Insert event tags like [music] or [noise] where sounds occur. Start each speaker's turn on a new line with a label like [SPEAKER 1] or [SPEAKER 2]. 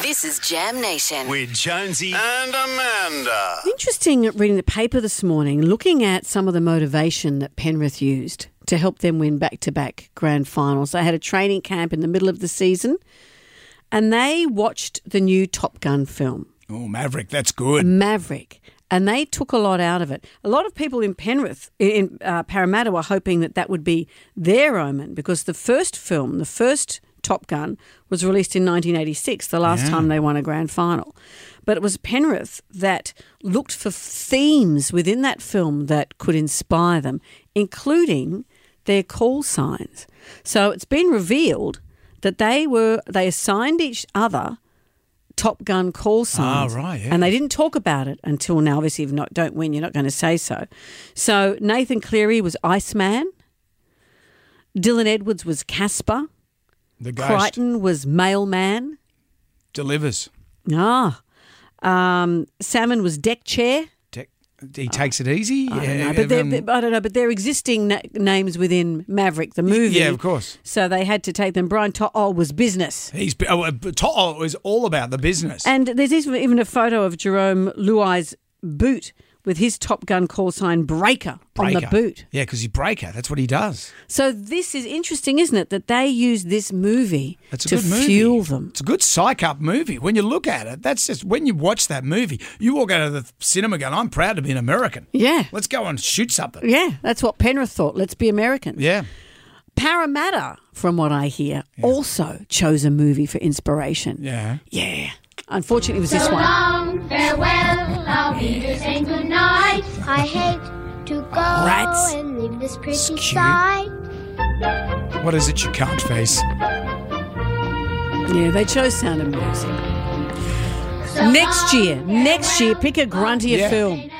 [SPEAKER 1] This is Jam Nation.
[SPEAKER 2] with Jonesy.
[SPEAKER 3] and Amanda.
[SPEAKER 4] Interesting reading the paper this morning, looking at some of the motivation that Penrith used to help them win back to back grand finals. They had a training camp in the middle of the season and they watched the new Top Gun film.
[SPEAKER 2] Oh, Maverick, that's good.
[SPEAKER 4] [laughs] Maverick, and they took a lot out of it. A lot of people in Penrith, in uh, Parramatta, were hoping that that would be their omen because the first film, the first Top Gun, was released in 1986, the last time they won a grand final. But it was Penrith that looked for themes within that film that could inspire them, including their call signs. So it's been revealed that they were they assigned each other Top Gun call signs.
[SPEAKER 2] Ah, right, yeah.
[SPEAKER 4] And they didn't talk about it until now. Obviously, if you not don't win, you're not going to say so. So Nathan Cleary was Iceman. Dylan Edwards was Casper.
[SPEAKER 2] The ghost
[SPEAKER 4] Crichton was Mailman.
[SPEAKER 2] delivers.
[SPEAKER 4] Ah. Um, Salmon was Deck Chair.
[SPEAKER 2] Tech- He takes it easy.
[SPEAKER 4] Oh. I don't know, but they're,
[SPEAKER 2] everyone-
[SPEAKER 4] I don't know, but they're existing na- names within Maverick the movie.
[SPEAKER 2] yeah, of course.
[SPEAKER 4] So they had to take them. Brian To'o was business.
[SPEAKER 2] He's oh, uh, Toto is all about the business.
[SPEAKER 4] And there's even even a photo of Jerome Luai's boot with his Top Gun call sign Breaker, on the
[SPEAKER 2] Breaker.
[SPEAKER 4] boot.
[SPEAKER 2] Yeah, because he's breaker. That's what he does.
[SPEAKER 4] So this is interesting, isn't it? That they use this movie
[SPEAKER 2] That's a
[SPEAKER 4] to
[SPEAKER 2] good movie.
[SPEAKER 4] fuel them.
[SPEAKER 2] It's a good psych up movie. When you look at it, that's just when you watch that movie, you walk out of the cinema going, "I'm proud to be an American."
[SPEAKER 4] Yeah.
[SPEAKER 2] Let's go and shoot something.
[SPEAKER 4] Yeah, that's what Penrith thought. Let's be American.
[SPEAKER 2] Yeah.
[SPEAKER 4] Parramatta, from what I hear, also chose a movie for inspiration.
[SPEAKER 2] Yeah.
[SPEAKER 4] Yeah. Unfortunately, it was this
[SPEAKER 5] So
[SPEAKER 4] one.
[SPEAKER 5] long, farewell, I'll be just saying goodnight.
[SPEAKER 6] I hate to go
[SPEAKER 4] Rats.
[SPEAKER 6] and leave this pretty
[SPEAKER 2] cute.
[SPEAKER 6] sight.
[SPEAKER 2] What is it you can't face?
[SPEAKER 4] Yeah, they chose Sound of Music.
[SPEAKER 5] So
[SPEAKER 4] Next
[SPEAKER 5] long,
[SPEAKER 4] year, next year,
[SPEAKER 5] farewell.
[SPEAKER 4] pick a gruntier
[SPEAKER 2] Yeah.
[SPEAKER 4] film.